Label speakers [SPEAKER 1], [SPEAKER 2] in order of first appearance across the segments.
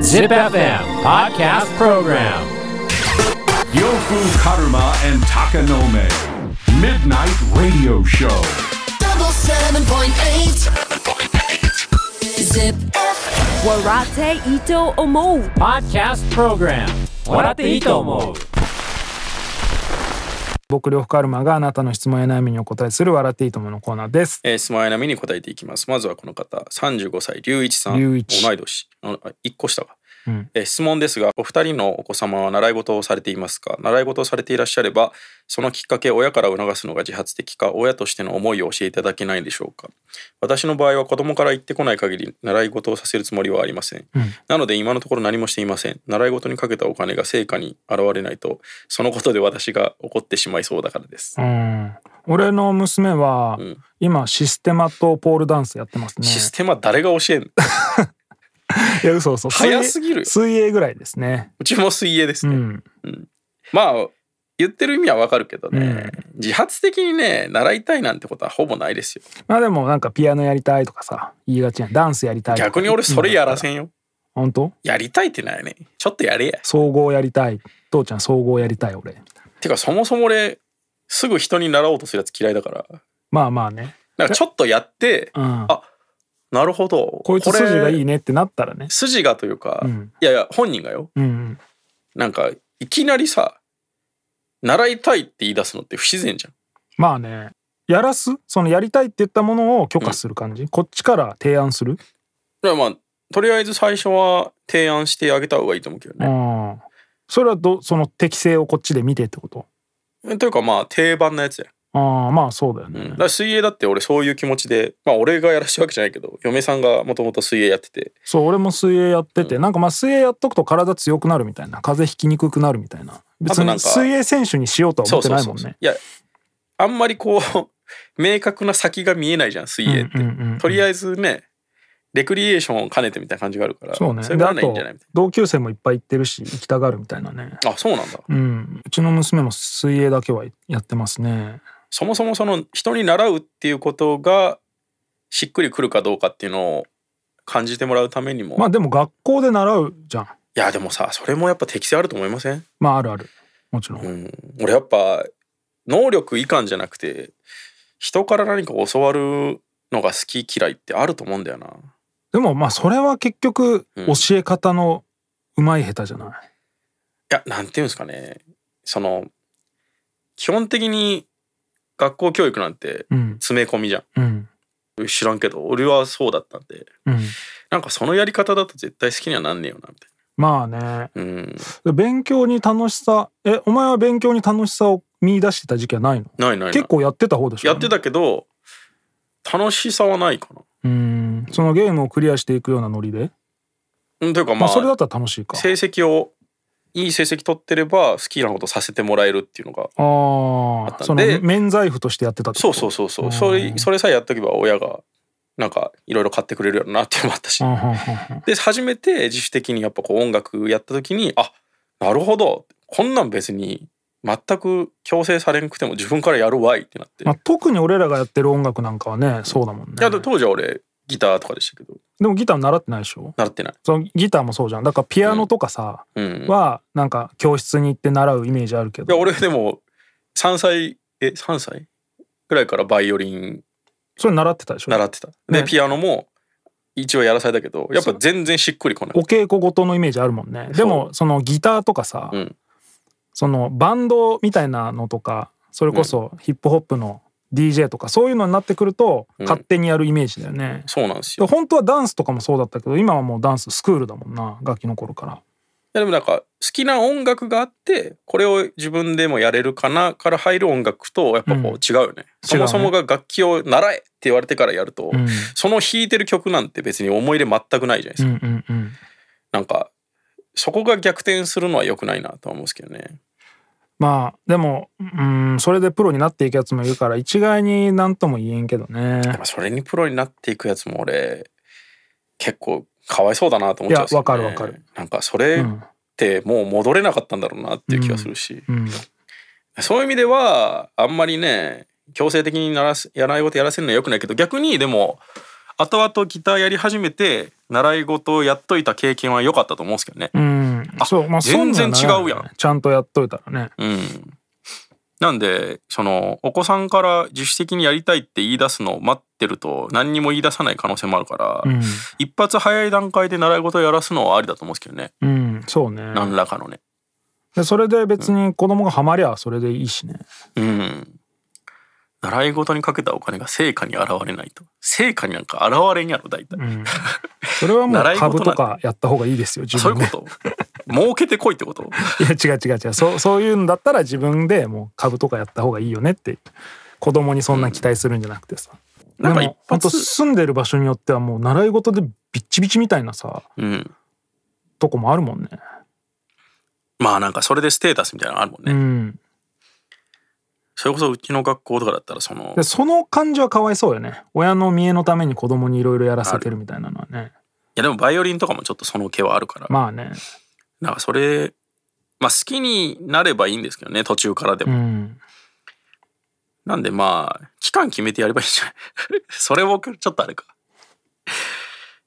[SPEAKER 1] Zip FM Podcast Program
[SPEAKER 2] Yofu Karuma and Takanome. Midnight Radio Show.
[SPEAKER 3] double seven point eight. Zip.
[SPEAKER 4] Warate Ito Omo.
[SPEAKER 1] Podcast Program 笑っていいと思う
[SPEAKER 5] 僕両方カルマがあなたの質問や悩みにお答えする笑っていいとものコーナーです。
[SPEAKER 6] えー、質問や悩みに答えていきます。まずはこの方、35歳、龍一さん。
[SPEAKER 5] 龍一
[SPEAKER 6] 同い年。あ1個下が、
[SPEAKER 5] うん
[SPEAKER 6] えー質問ですが、お二人のお子様は習い事をされていますか習い事をされていらっしゃれば、そのきっかけ、親から促すのが自発的か、親としての思いを教えていただけないでしょうか私の場合は子供から言ってこない限り、習い事をさせるつもりはありません。なので、今のところ何もしていません。習い事にかけたお金が成果に現れないと、そのことで私が怒ってしまいそうだからです。
[SPEAKER 5] うん。俺の娘は、
[SPEAKER 6] ん
[SPEAKER 5] 今システマとポールダンスやってますね。
[SPEAKER 6] システマ誰が教えんの
[SPEAKER 5] いや嘘嘘。水泳
[SPEAKER 6] 早すぎるよ
[SPEAKER 5] 水泳ぐらいですね。
[SPEAKER 6] うちも水泳です
[SPEAKER 5] う
[SPEAKER 6] ね。
[SPEAKER 5] ん。
[SPEAKER 6] まあ言ってる意味はわかるけどね、
[SPEAKER 5] うん
[SPEAKER 6] 自発的にね習いたいなんてことはほぼないですよ
[SPEAKER 5] まあでもなんかピアノやりたいとかさ言いがちやん。ダンスやりたいとか。
[SPEAKER 6] 逆に俺それやらせんよ
[SPEAKER 5] 本当？
[SPEAKER 6] やりたいってないねちょっとやれや
[SPEAKER 5] 総合やりたい。父ちゃん総合やりたい俺。
[SPEAKER 6] てかそもそも俺すぐ人に習おうとするやつ嫌いだから
[SPEAKER 5] まあまあね。
[SPEAKER 6] なんかちょっとやって
[SPEAKER 5] うん。
[SPEAKER 6] あなるほど
[SPEAKER 5] こいつ筋がいい
[SPEAKER 6] ね
[SPEAKER 5] ねってなったらね。
[SPEAKER 6] 筋がというか、
[SPEAKER 5] うん
[SPEAKER 6] いやいや本人がよ
[SPEAKER 5] うんうん。
[SPEAKER 6] なんかいきなりさ習いたいって言い出すのって不自然じゃん
[SPEAKER 5] まあね。やらすそのやりたいって言ったものを許可する感じ、こっちから提案する、
[SPEAKER 6] だからまあとりあえず最初は提案してあげた方がいいと思うけどね、
[SPEAKER 5] うん。それはどその適性をこっちで見てってこと
[SPEAKER 6] というかまあ定番のやつや
[SPEAKER 5] ああまあそうだよ
[SPEAKER 6] うん、だ
[SPEAKER 5] ね
[SPEAKER 6] か。ら水泳だって俺そういう気持ちでまあ俺がやらしたわけじゃないけど嫁さんがもともと水泳やってて
[SPEAKER 5] そう俺も水泳やってて、なんかまあ水泳やっとくと体強くなるみたいな風邪ひきにくくなるみたいな別
[SPEAKER 6] あとなん
[SPEAKER 5] に
[SPEAKER 6] か
[SPEAKER 5] 水泳選手にしようとは思ってないもんね。
[SPEAKER 6] いやあんまりこう 明確な先が見えないじゃん水泳って、
[SPEAKER 5] うんうんうんうん
[SPEAKER 6] とりあえずねレクリエーションを兼ねてみたいな感じがあるから
[SPEAKER 5] そうね。
[SPEAKER 6] れ
[SPEAKER 5] で
[SPEAKER 6] が
[SPEAKER 5] あ
[SPEAKER 6] ないん
[SPEAKER 5] と
[SPEAKER 6] じゃないみたい
[SPEAKER 5] 同級生もいっぱい行ってるし行きたがるみたいなね。
[SPEAKER 6] なあそうなんだ
[SPEAKER 5] うん、うちの娘も水泳だけはやってますね。
[SPEAKER 6] そもそもその人に習うっていうことがしっくりくるかどうかっていうのを感じてもらうためにも、
[SPEAKER 5] まあでも学校で習うじゃん。
[SPEAKER 6] いやでもさそれもやっぱ適性あると思いません
[SPEAKER 5] まああるある。もちろん。
[SPEAKER 6] うん、俺やっぱ能力以下じゃなくて人から何か教わるのが好き嫌いってあると思うんだよな
[SPEAKER 5] でもまあそれは結局
[SPEAKER 6] うん
[SPEAKER 5] 教え方の上手い下手じゃない。
[SPEAKER 6] いやなんていうんですかねその基本的に学校教育なんて
[SPEAKER 5] うん
[SPEAKER 6] 詰め込みじゃ
[SPEAKER 5] うん
[SPEAKER 6] ん知らんけど俺はそうだったんで
[SPEAKER 5] うん。
[SPEAKER 6] なんかそのやり方だと絶対好きにはなんねえよなみたい
[SPEAKER 5] まあね。
[SPEAKER 6] なうん
[SPEAKER 5] 勉強に楽しさえお前は勉強に楽しさを見出してた時期はないの
[SPEAKER 6] ないないない
[SPEAKER 5] 結構やってた方でしょ
[SPEAKER 6] やってたけど楽しさはないかな
[SPEAKER 5] うんそのゲームをクリアしていくようなノリで
[SPEAKER 6] うんというか
[SPEAKER 5] ま
[SPEAKER 6] ま
[SPEAKER 5] あ
[SPEAKER 6] あ
[SPEAKER 5] それだったら楽しいか
[SPEAKER 6] 成績をいい成績取ってれば好きなことさせてもらえるっていうのが
[SPEAKER 5] あ
[SPEAKER 6] あっ
[SPEAKER 5] あ
[SPEAKER 6] た
[SPEAKER 5] そ
[SPEAKER 6] ん
[SPEAKER 5] の
[SPEAKER 6] で
[SPEAKER 5] 免罪符としてやってたって
[SPEAKER 6] そうそう
[SPEAKER 5] そ
[SPEAKER 6] そうそううんそれそれさえやっとけば親がなんかいろいろ買ってくれるよなっていうのもあったし
[SPEAKER 5] うんうんうんうん
[SPEAKER 6] で初めて自主的にやっぱこう音楽やった時にあなるほどこんなん別に全く強制されんくても自分からやるわいってなって、
[SPEAKER 5] まあ、特に俺らがやってる音楽なんかはねそうだもんね
[SPEAKER 6] いやで当時は俺ギターとかでしたけど
[SPEAKER 5] でもギター習ってないでしょ
[SPEAKER 6] 習ってない、
[SPEAKER 5] そのギターもそうじゃんだからピアノとかさ、
[SPEAKER 6] うん、い
[SPEAKER 5] はなんか教室に行って習うイメージあるけど
[SPEAKER 6] や俺でも3歳え3歳ぐらいからバイオリン
[SPEAKER 5] それ習ってたでしょ
[SPEAKER 6] 習ってたで、
[SPEAKER 5] ね
[SPEAKER 6] ピアノも一応やらされたけどやっぱ全然しっくりこない
[SPEAKER 5] お稽古ごとのイメージあるもんねでもそのギターとかさ、
[SPEAKER 6] うん
[SPEAKER 5] そのバンドみたいなのとかそれこそヒップホップの DJ とかそういうのになってくると
[SPEAKER 6] うん
[SPEAKER 5] 勝手にやるイメージだよね、
[SPEAKER 6] そうなんですよ
[SPEAKER 5] で本当はダンスとかもそうだったけど今はもうダンススクールだもんな楽器の頃から
[SPEAKER 6] いやでもなんか好きな音楽があってこれを自分でもやれるかなから入る音楽とやっぱこう違うよね、そもそもが楽器を習えって言われてからやると、
[SPEAKER 5] うん
[SPEAKER 6] その弾いてる曲なんて別に思い入れ全くないじゃないです
[SPEAKER 5] う
[SPEAKER 6] か、
[SPEAKER 5] んうんうん
[SPEAKER 6] なんかそこが逆転するのは良くないなとは思うんですけどね
[SPEAKER 5] まあでもうんそれでプロになっていくやつもいるから一概になんとも言えんけどね
[SPEAKER 6] やっぱそれにプロになっていくやつも俺結構かわいそうだなと思っちゃうんですよ、ね、
[SPEAKER 5] いやわかるわか
[SPEAKER 6] なんかそれってもう戻れなかったんだろうなっていう気がするし、
[SPEAKER 5] うん
[SPEAKER 6] そういう意味ではあんまりね強制的にならすやらないことやらせるのはよくないけど逆にでも後々ギターやり始めて習い事をやっといた経験は良かったと思うんですけどね
[SPEAKER 5] うん
[SPEAKER 6] あ
[SPEAKER 5] そうまあ
[SPEAKER 6] 全然
[SPEAKER 5] 損にはなら
[SPEAKER 6] 違うや
[SPEAKER 5] ない
[SPEAKER 6] ん
[SPEAKER 5] ちゃんとやっといたらね
[SPEAKER 6] うんなんでそのお子さんから自主的にやりたいって言い出すのを待ってると何にも言い出さない可能性もあるから、
[SPEAKER 5] うん
[SPEAKER 6] 一発早い段階で習い事をやらすのはありだと思うんですけどね、
[SPEAKER 5] うんそうね
[SPEAKER 6] 何らかのね
[SPEAKER 5] でそれで別に子供がハマりゃそれでいいしね
[SPEAKER 6] うん。習い事にかけたお金が成果に現れないと。成果になんか現れんやろ、大体。
[SPEAKER 5] うんそれはもう
[SPEAKER 6] 習い事なん
[SPEAKER 5] 株
[SPEAKER 6] て
[SPEAKER 5] とかやった方がいいですよ自
[SPEAKER 6] そう
[SPEAKER 5] 分
[SPEAKER 6] いう
[SPEAKER 5] で
[SPEAKER 6] こと儲けてこいってこと
[SPEAKER 5] いや違う違う違うそうそういうんだったら自分でもう株とかやった方がいいよねって子供にそんな期待するんじゃなくてさ、
[SPEAKER 6] なんか
[SPEAKER 5] で
[SPEAKER 6] 一
[SPEAKER 5] もほんと
[SPEAKER 6] 発。
[SPEAKER 5] 住んでる場所によってはもう習い事でビッチビチみたいなさ
[SPEAKER 6] うん。
[SPEAKER 5] とこもあるもんね
[SPEAKER 6] まあなんかそれでステータスみたいなのあるもんね。
[SPEAKER 5] うん
[SPEAKER 6] それこそうちの学校とかだったらその
[SPEAKER 5] で、その感じはかわいそうよね親の見栄のために子供にいろいろやらせてるみたいなのはね
[SPEAKER 6] いやでもバイオリンとかもちょっとその気はあるから、
[SPEAKER 5] まあね
[SPEAKER 6] なんかそれ、まあ好きになればいいんですけどね、途中からで
[SPEAKER 5] う
[SPEAKER 6] も。
[SPEAKER 5] ん
[SPEAKER 6] なんでまあ、期間決めてやればいいんじゃない それ僕ちょっとあれか。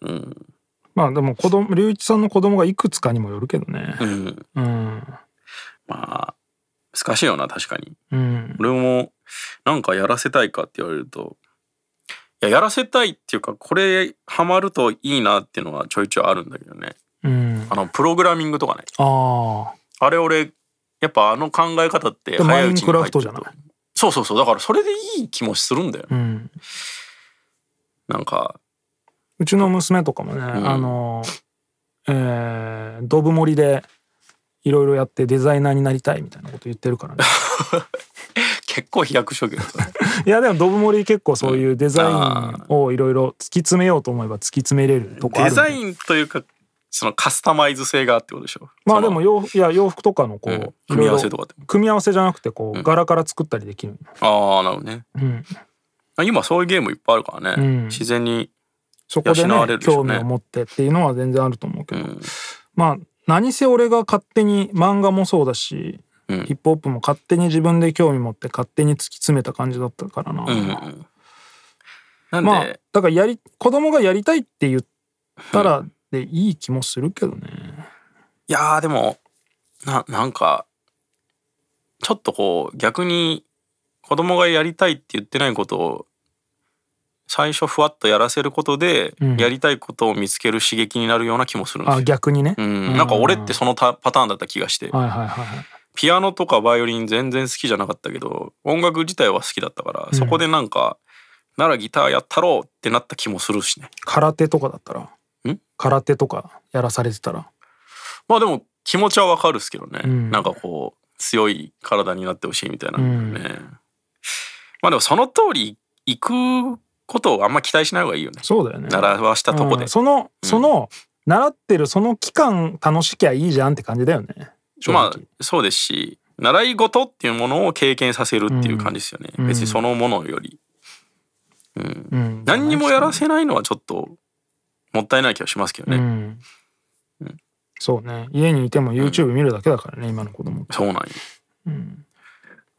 [SPEAKER 6] うん。
[SPEAKER 5] まあでも子供隆一さんの子供がいくつかにもよるけどね
[SPEAKER 6] うん。
[SPEAKER 5] うん
[SPEAKER 6] まあ、難しいよな、確かに。
[SPEAKER 5] うん
[SPEAKER 6] 俺も、なんかやらせたいかって言われると、いや、やらせたいっていうか、これ、ハマるといいなっていうのはちょいちょいあるんだけどね。
[SPEAKER 5] うん
[SPEAKER 6] あの、プログラミングとかね。
[SPEAKER 5] ああ
[SPEAKER 6] あれ、俺、やっぱあの考え方って
[SPEAKER 5] で
[SPEAKER 6] 早いうち
[SPEAKER 5] マイン
[SPEAKER 6] に
[SPEAKER 5] クラ
[SPEAKER 6] 入っ
[SPEAKER 5] フ
[SPEAKER 6] て
[SPEAKER 5] ト
[SPEAKER 6] る
[SPEAKER 5] じゃ
[SPEAKER 6] と
[SPEAKER 5] ない。
[SPEAKER 6] そうそうそう。だから、それでいい気もするんだよ。
[SPEAKER 5] うん
[SPEAKER 6] なんか、
[SPEAKER 5] うちの娘とかもね、
[SPEAKER 6] ん
[SPEAKER 5] あの、えー、ドブ森でいろいろやってデザイナーになりたいみたいなこと言ってる からね。
[SPEAKER 6] 結構飛躍しとけど。
[SPEAKER 5] いやでもドブ森結構そういうデザインをいろいろ突き詰めようと思えば突き詰めれるとこある
[SPEAKER 6] デ
[SPEAKER 5] んで。
[SPEAKER 6] ザインというか、そのカスタマイズ性があってことでしょ。
[SPEAKER 5] まあ
[SPEAKER 6] そ
[SPEAKER 5] で
[SPEAKER 6] の
[SPEAKER 5] も洋服いや洋服とかのこう、
[SPEAKER 6] うん
[SPEAKER 5] いろいろ
[SPEAKER 6] 組み合わせとかって
[SPEAKER 5] 組み合わせじゃなくてこう、
[SPEAKER 6] ん
[SPEAKER 5] 柄から作ったりできる。
[SPEAKER 6] ああ、なるほどね。
[SPEAKER 5] うん、
[SPEAKER 6] 今そういうゲームいっぱいあるからね。
[SPEAKER 5] うん
[SPEAKER 6] 自然に。
[SPEAKER 5] そこで
[SPEAKER 6] 養わ
[SPEAKER 5] ね
[SPEAKER 6] れるでしょ
[SPEAKER 5] 興
[SPEAKER 6] うね
[SPEAKER 5] 味を持ってっていうのは全然あると思うけ
[SPEAKER 6] う
[SPEAKER 5] ど、
[SPEAKER 6] ん。
[SPEAKER 5] まあ何せ俺が勝手に漫画もそうだし、
[SPEAKER 6] うん
[SPEAKER 5] ヒップホップも勝手に自分で興味持って勝手に突き詰めた感じだったからな、
[SPEAKER 6] うんうんうんなんで、
[SPEAKER 5] まあだからやり子供がやりたいって言ったらでいい気もするけどね、
[SPEAKER 6] いやーでもななんかちょっとこう逆に子供がやりたいって言ってないことを最初ふわっとやらせることで、
[SPEAKER 5] うん
[SPEAKER 6] やりたいことを見つける刺激になるような気もするんです
[SPEAKER 5] あ
[SPEAKER 6] よ。
[SPEAKER 5] 逆にね、
[SPEAKER 6] うん、なんか俺ってそのたパターンだった気がして
[SPEAKER 5] はいはいはいはい
[SPEAKER 6] ピアノとかバイオリン全然好きじゃなかったけど音楽自体は好きだったからそこでなんか、ならギターやったろうってなった気もするしね
[SPEAKER 5] 空手とかだったら
[SPEAKER 6] ん
[SPEAKER 5] 空手とかやらされてたら
[SPEAKER 6] まあでも気持ちはわかるっすけどね、
[SPEAKER 5] うん
[SPEAKER 6] なんかこう強い体になってほしいみたいな
[SPEAKER 5] う
[SPEAKER 6] ね、
[SPEAKER 5] ん
[SPEAKER 6] まあでもその通り行くことをあんま期待しない方がいいよね
[SPEAKER 5] そうだよね
[SPEAKER 6] 習わしたとこで
[SPEAKER 5] うん、そのその、習ってるその期間楽しきゃいいじゃんって感じだよね正直
[SPEAKER 6] まあそうですし習い事っていうものを経験させるっていう感じですよね、
[SPEAKER 5] うん
[SPEAKER 6] 別にそのものより、うん
[SPEAKER 5] うん
[SPEAKER 6] 何にもやらせないのはちょっともったいない気がしますけどね、
[SPEAKER 5] うんそうね家にいても YouTube 見るだけだからね、今の子供
[SPEAKER 6] そうなんよ、
[SPEAKER 5] ん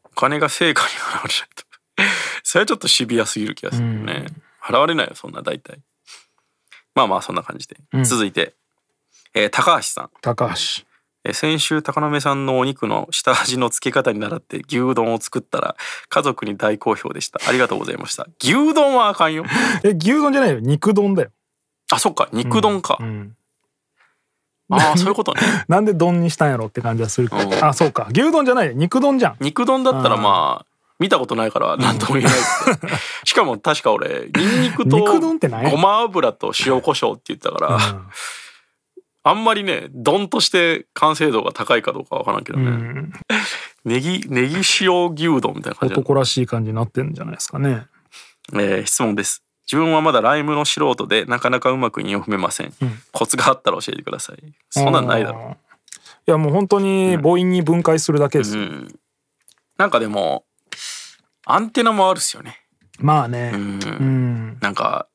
[SPEAKER 6] お金が成果に現れないと それはちょっとシビアすぎる気がするよね、払払われないよそんな大体まあまあそんな感じで、
[SPEAKER 5] ん
[SPEAKER 6] 続いて、えー高橋さん、
[SPEAKER 5] 高橋
[SPEAKER 6] えー先週高野目さんのお肉の下味の付け方に習って牛丼を作ったら家族に大好評でしたありがとうございました牛丼はあかんよ
[SPEAKER 5] え牛丼じゃないよ肉丼だよ、
[SPEAKER 6] あそっか肉丼か、
[SPEAKER 5] うん、
[SPEAKER 6] ああそういうことね
[SPEAKER 5] なんで丼にしたんやろって感じはするけ
[SPEAKER 6] うん
[SPEAKER 5] どあそうか牛丼じゃないよ肉丼じゃん
[SPEAKER 6] 肉丼 だったら
[SPEAKER 5] うん
[SPEAKER 6] まあ見たことないから何とも言えないです けどしかも確か俺ニンニクと
[SPEAKER 5] 肉丼ってない
[SPEAKER 6] ごま油と塩コショウって言ったから、あんまりね丼として完成度が高いかどうかわからんけど
[SPEAKER 5] う
[SPEAKER 6] ね、
[SPEAKER 5] ん、
[SPEAKER 6] ネギネギ塩牛丼みたいな感じなの
[SPEAKER 5] 男らしい感じになってんじゃないですかね
[SPEAKER 6] えー質問です自分はまだライムの素人でなかなかうまく韻を踏めません、コツがあったら教えてくださいそんなんないだろ
[SPEAKER 5] ろいやもう本当に母音に分解するだけです
[SPEAKER 6] う
[SPEAKER 5] よ、
[SPEAKER 6] んなんかでもアンテナもあるっすよね
[SPEAKER 5] まあね
[SPEAKER 6] うん
[SPEAKER 5] うん、
[SPEAKER 6] なんか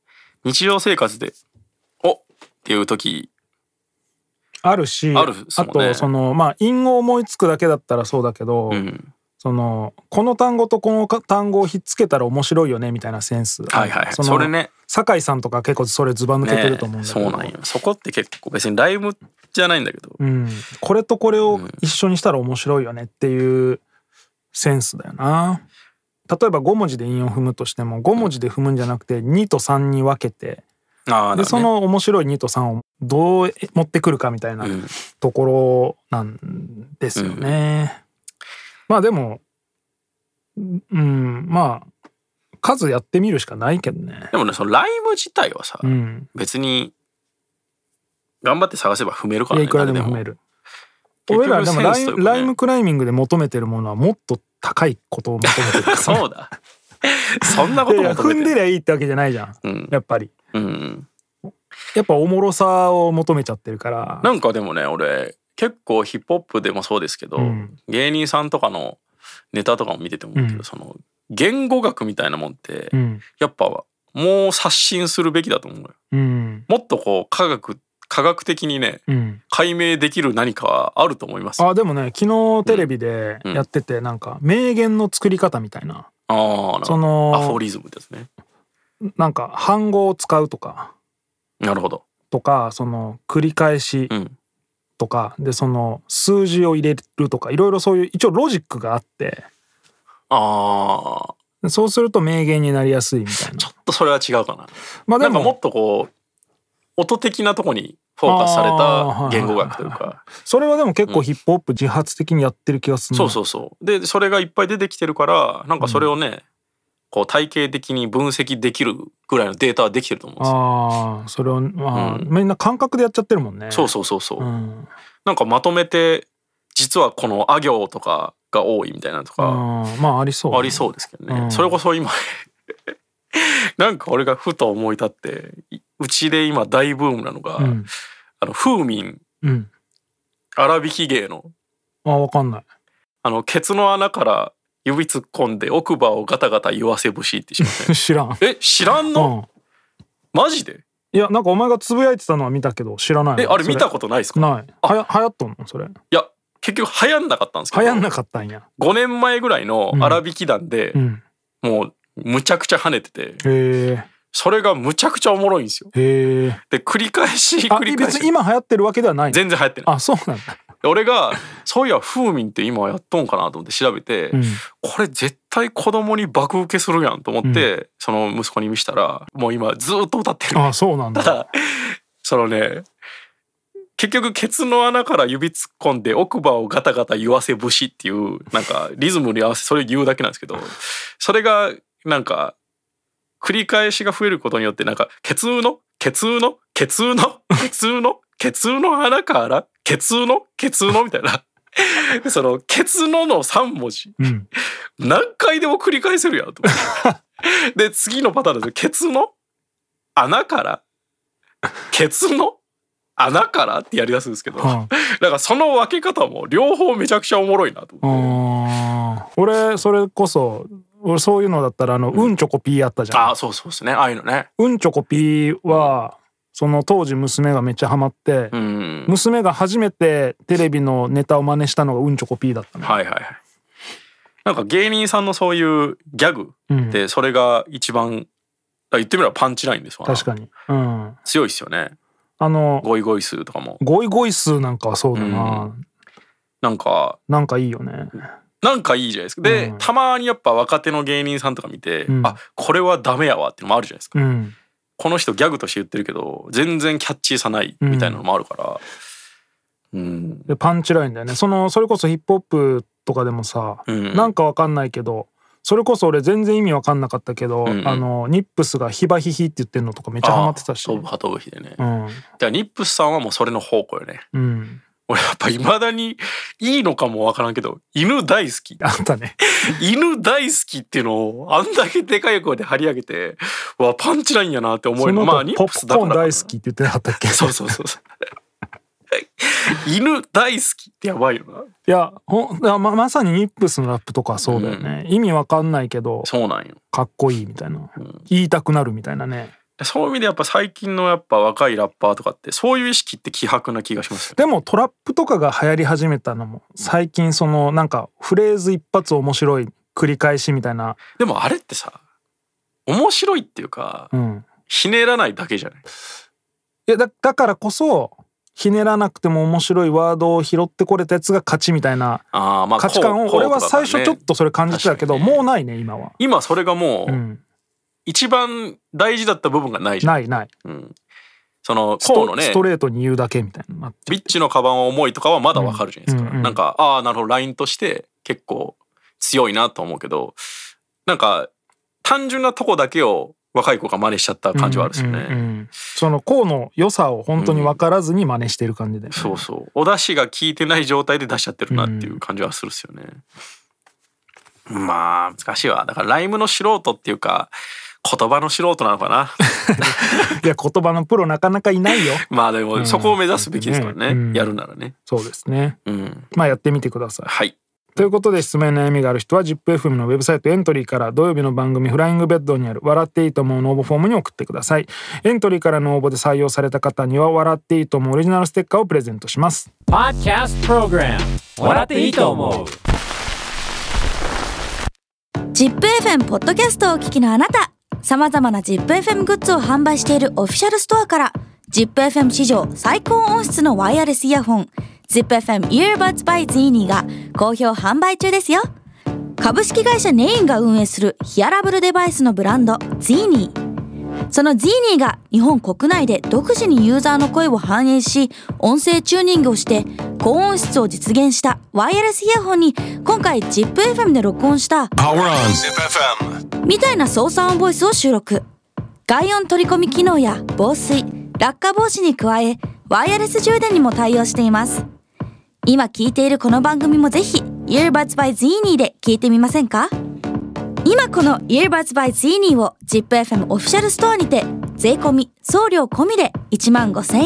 [SPEAKER 6] 日常生活で「おっ!」っていう時
[SPEAKER 5] あるし
[SPEAKER 6] あるっすもんね
[SPEAKER 5] とそのまあ因を思いつくだけだったらそうだけど、
[SPEAKER 6] うん
[SPEAKER 5] そのこの単語とこの単語をひっつけたら面白いよねみたいなセンス
[SPEAKER 6] はいはいはい
[SPEAKER 5] の
[SPEAKER 6] それね
[SPEAKER 5] 酒井さんとか結構それずば抜けてると思うんだけど、
[SPEAKER 6] ねえそうなんよそこって結構別にライブじゃないんだけど、
[SPEAKER 5] うん、これとこれを一緒にしたら面白いよねっていうセンスだよな例えば5文字で韻を踏むとしても5文字で踏むんじゃなくて2と3に分けて
[SPEAKER 6] ああ、
[SPEAKER 5] で
[SPEAKER 6] だね
[SPEAKER 5] その面白い2と3をどう持ってくるかみたいな
[SPEAKER 6] うん
[SPEAKER 5] ところなんですよね。まあでもうんまあ数やってみるしかないけどね。
[SPEAKER 6] でもねそのライブ自体はさ、
[SPEAKER 5] うん、
[SPEAKER 6] 別に頑張って探せば踏めるか
[SPEAKER 5] い
[SPEAKER 6] ら
[SPEAKER 5] や
[SPEAKER 6] ね
[SPEAKER 5] いくらでも踏める。
[SPEAKER 6] 誰
[SPEAKER 5] 俺らでもライ
[SPEAKER 6] 結局センスという
[SPEAKER 5] ン
[SPEAKER 6] かね
[SPEAKER 5] ライムクライミングで求めてるものはもっと高いことを求めてるから
[SPEAKER 6] そうだそんなこと
[SPEAKER 5] いやいや
[SPEAKER 6] も
[SPEAKER 5] 踏んで
[SPEAKER 6] る
[SPEAKER 5] りゃいいってわけじゃないじゃん、
[SPEAKER 6] うん
[SPEAKER 5] やっぱり
[SPEAKER 6] うん
[SPEAKER 5] やっぱおもろさを求めちゃってるから
[SPEAKER 6] なんかでもね俺結構ヒップホップでもそうですけど、
[SPEAKER 5] うん
[SPEAKER 6] 芸人さんとかのネタとかも見てて思うけど、
[SPEAKER 5] うん
[SPEAKER 6] その言語学みたいなもんって、
[SPEAKER 5] うん
[SPEAKER 6] やっぱもう刷新するべきだと思うよ
[SPEAKER 5] うん
[SPEAKER 6] もっとこう科学科学的にね
[SPEAKER 5] うん
[SPEAKER 6] 解明できる何かはあると思いますあ
[SPEAKER 5] あでもね昨日テレビで
[SPEAKER 6] うん
[SPEAKER 5] やっててなんか名言の作り方みたいな
[SPEAKER 6] あーなる
[SPEAKER 5] そ
[SPEAKER 6] ほど
[SPEAKER 5] の
[SPEAKER 6] アフォリズムですね
[SPEAKER 5] なんか反語を使うとか
[SPEAKER 6] なるほど
[SPEAKER 5] とかその繰り返し
[SPEAKER 6] うん
[SPEAKER 5] とかでその数字を入れるとかいろいろそういう一応ロジックがあって
[SPEAKER 6] ああ
[SPEAKER 5] そうすると名言になりやすいみたい
[SPEAKER 6] ちょ
[SPEAKER 5] な
[SPEAKER 6] っとそれは違うかな
[SPEAKER 5] まあ
[SPEAKER 6] な
[SPEAKER 5] で
[SPEAKER 6] んかもっとこう音的なとこにフォーカスされ
[SPEAKER 5] あ
[SPEAKER 6] た
[SPEAKER 5] ー
[SPEAKER 6] 言語学というか
[SPEAKER 5] それはでも結
[SPEAKER 6] う
[SPEAKER 5] 構
[SPEAKER 6] ん
[SPEAKER 5] ヒップホップ自発的にやってる気がする
[SPEAKER 6] そう
[SPEAKER 5] な
[SPEAKER 6] そうそうでそれがいっぱい出てきてるからなんかそれをね、こう体系的に分析できるぐらいのデータはできてると思うんですよ
[SPEAKER 5] ああそれをまあ、
[SPEAKER 6] うん
[SPEAKER 5] みんな感覚でやっちゃってるもんね
[SPEAKER 6] そうそうそうそう、
[SPEAKER 5] うん
[SPEAKER 6] なんかまとめて実はこのあ行とかが多いみたいなのとか
[SPEAKER 5] あーまあありそう
[SPEAKER 6] ありそうですけどね、
[SPEAKER 5] うん
[SPEAKER 6] それこそ今なんか俺がふと思い立っていうちで今大ブームなのが、
[SPEAKER 5] うん
[SPEAKER 6] あの風民
[SPEAKER 5] うん
[SPEAKER 6] 粗挽き芸の
[SPEAKER 5] あわかんない
[SPEAKER 6] あのケツの穴から指突っ込んで奥歯をガタガタ言わせ節って しません
[SPEAKER 5] 知らん
[SPEAKER 6] え知らん
[SPEAKER 5] う
[SPEAKER 6] の、
[SPEAKER 5] ん
[SPEAKER 6] マジで
[SPEAKER 5] いやなんかお前がつぶやいてたのは見たけど知らないわ
[SPEAKER 6] えあれ
[SPEAKER 5] そ
[SPEAKER 6] 見たことないですか
[SPEAKER 5] ないはや流行っとんのそれ
[SPEAKER 6] いや結局流行んなかったんですけ
[SPEAKER 5] 流
[SPEAKER 6] ど
[SPEAKER 5] 行んなかったんや
[SPEAKER 6] 5年前ぐらいの
[SPEAKER 5] うん
[SPEAKER 6] 粗挽き団で、
[SPEAKER 5] うん
[SPEAKER 6] もうむちゃくちゃ跳ねてて
[SPEAKER 5] へ
[SPEAKER 6] それがむちゃくちゃおもろいんですよ
[SPEAKER 5] えへえ
[SPEAKER 6] で繰り返し
[SPEAKER 5] あ
[SPEAKER 6] 繰り返し
[SPEAKER 5] 別に今流行ってるわけではないの
[SPEAKER 6] 全然流行ってない
[SPEAKER 5] あそうなんだ
[SPEAKER 6] で俺がそういや風民って今やっとんかなと思って調べて、
[SPEAKER 5] うん
[SPEAKER 6] これ絶対子供に爆受けするやんと思って、その息子に見したらもう今ずーっと歌ってる
[SPEAKER 5] あそうなん
[SPEAKER 6] た
[SPEAKER 5] だ
[SPEAKER 6] だ そのね結局ケツの穴から指突っ込んで奥歯をガタガタ言わせ節っていうなんかリズムに合わせそれ言うだけなんですけどそれがなんか繰り返しが増えることによってなんかケツのケツのケツのケツのケツの穴からケツのケツのみたいなそのケツのの3文字
[SPEAKER 5] うん
[SPEAKER 6] 何回でも繰り返せるや んと思ってで次のパターンですケツの穴からケツの穴からってやりだすんですけど、
[SPEAKER 5] うん
[SPEAKER 6] なんかその分け方も両方めちゃくちゃおもろいなと
[SPEAKER 5] う
[SPEAKER 6] 思って、
[SPEAKER 5] ーん俺それこそ俺そういうのだったらあの、うん、チョコピーあったじゃん
[SPEAKER 6] ああそうそうですねああいうのね
[SPEAKER 5] うんちょこぴーはその当時娘がめっちゃハマって、
[SPEAKER 6] うん
[SPEAKER 5] 娘が初めてテレビのネタを真似したのがうんちょこぴーだったの、
[SPEAKER 6] はいはいはいなんか芸人さんのそういうギャグ
[SPEAKER 5] うん
[SPEAKER 6] ってそれが一番、あ言ってみればパンチラインですわな
[SPEAKER 5] 確かに、うん、
[SPEAKER 6] 強いですよね
[SPEAKER 5] あの
[SPEAKER 6] ゴイゴイスーとかも
[SPEAKER 5] ゴイゴイスーなんかはそうだな、
[SPEAKER 6] うなんか
[SPEAKER 5] なんかいいよね
[SPEAKER 6] なんかいいじゃないですかで、
[SPEAKER 5] うん
[SPEAKER 6] たまにやっぱ若手の芸人さんとか見て、
[SPEAKER 5] うん
[SPEAKER 6] あこれはダメやわってのもあるじゃないですか、
[SPEAKER 5] うん
[SPEAKER 6] この人ギャグとして言ってるけど全然キャッチーさないみたいなのもあるからうん
[SPEAKER 5] でパンチラインだよねそのそれこそヒップホップとかでもさ、
[SPEAKER 6] うん
[SPEAKER 5] なんかわかんないけどそれこそ俺全然意味わかんなかったけど、
[SPEAKER 6] んうん
[SPEAKER 5] あのニップスが「ヒバヒヒ」って言ってるのとかめっちゃハマってたし
[SPEAKER 6] あー飛ぶは飛ぶ日でね、
[SPEAKER 5] う
[SPEAKER 6] だか
[SPEAKER 5] ん
[SPEAKER 6] らニップスさんはもうそれの宝庫よね
[SPEAKER 5] うん
[SPEAKER 6] 俺やっぱいまだにいいのかもわからんけど犬大好 き
[SPEAKER 5] あったね
[SPEAKER 6] 犬大好きっていうのをあんだけでかい声で張り上げてうわパンチラインやなって 思え
[SPEAKER 5] そ
[SPEAKER 6] る
[SPEAKER 5] の
[SPEAKER 6] ま
[SPEAKER 5] 後
[SPEAKER 6] あニッ
[SPEAKER 5] ポ
[SPEAKER 6] プ
[SPEAKER 5] ッ
[SPEAKER 6] ス
[SPEAKER 5] プ
[SPEAKER 6] だか
[SPEAKER 5] コーン
[SPEAKER 6] らかな
[SPEAKER 5] 大好きって言ってなかったっけ
[SPEAKER 6] そうそうそうそう犬大好きってやばいよない
[SPEAKER 5] やほんいやままさにニップスのラップとかはそうだよね、意味わかんないけど
[SPEAKER 6] そうなんよ
[SPEAKER 5] かっこいいみたいな、言いたくなるみたいなね
[SPEAKER 6] そういう意味でやっぱ最近のやっぱ若いラッパーとかってそういう意識って希薄な気がしますよね
[SPEAKER 5] でもトラップとかが流行り始めたのも最近そのなんかフレーズ一発面白い繰り返しみたいな、
[SPEAKER 6] でもあれってさ面白いっていうか
[SPEAKER 5] うん、
[SPEAKER 6] ひねらないだけじゃない
[SPEAKER 5] いやだだからこそひねらなくても面白いワードを拾ってこれたやつが勝ちみたいな
[SPEAKER 6] あーまあ
[SPEAKER 5] 価値観を
[SPEAKER 6] こう
[SPEAKER 5] 俺
[SPEAKER 6] こう
[SPEAKER 5] は
[SPEAKER 6] とかだ
[SPEAKER 5] 最初
[SPEAKER 6] ね
[SPEAKER 5] ちょっとそれ感じてたけど
[SPEAKER 6] 確かにね
[SPEAKER 5] もうないね今は。
[SPEAKER 6] 今それがも
[SPEAKER 5] う、
[SPEAKER 6] うん一番大事だった部分がないじゃん、
[SPEAKER 5] ないない
[SPEAKER 6] うん、その
[SPEAKER 5] ス
[SPEAKER 6] こ
[SPEAKER 5] ト
[SPEAKER 6] うのね
[SPEAKER 5] ストレートに言うだけみたいな
[SPEAKER 6] ビッチのカバンは重いとかはまだわかるじゃないですか、
[SPEAKER 5] うんうん
[SPEAKER 6] なんかああなるほどラインとして結構強いなと思うけどなんか単純なとこだけを若い子が真似しちゃった感じはあるんですよね、
[SPEAKER 5] うんうんうんそのこうの良さを本当に分からずに真似してる感じで、
[SPEAKER 6] そうそうお出汁が効いてない状態で出しちゃってるなっていう感じはするっすよね、まあ難しいわだからライムの素人っていうか言葉の素人なの かな
[SPEAKER 5] いや言葉のプロなかなかいないよ
[SPEAKER 6] まあでもそこを目指すべきですからね、
[SPEAKER 5] うん
[SPEAKER 6] やるならね
[SPEAKER 5] そうですね
[SPEAKER 6] うん
[SPEAKER 5] まあやってみてください
[SPEAKER 6] はい
[SPEAKER 5] ということで質問や悩みがある人は ZIPFM のウェブサイトエントリーから土曜日の番組「フライングベッド」にある「笑っていいと思う」の応募フォームに送ってくださいエントリーからの応募で採用された方には「笑っていいと思う」オリジナルステッカーをプレゼントします
[SPEAKER 1] Podcast Program 笑っていいと思う
[SPEAKER 7] ジップ f m ポッドキャストをお聞きのあなた様々なジップ f m グッズを販売しているオフィシャルストアからジップ f m 史上最高音質のワイヤレスイヤホン ZIPFM Earbuds by Zini が好評販売中ですよ株式会社ネインが運営するヒアラブルデバイスのブランド Zini その Zini が日本国内で独自にユーザーの声を反映し、音声チューニングをして、高音質を実現したワイヤレスイヤホンに、今回 ZIPFM で録音した、みたいな操作音ボイスを収録。外音取り込み機能や防水、落下防止に加え、ワイヤレス充電にも対応しています。今聞いているこの番組もぜひ、Earbuds by Zini で聞いてみませんか今この Earbuds by Zini を ZIPFM オフィシャルストアにて税込み送料込みで1万5000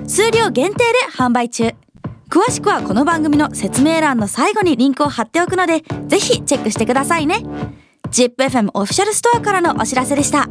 [SPEAKER 7] 円数量限定で販売中詳しくはこの番組の説明欄の最後にリンクを貼っておくのでぜひチェックしてくださいね ZIPFM オフィシャルストアからのお知らせでした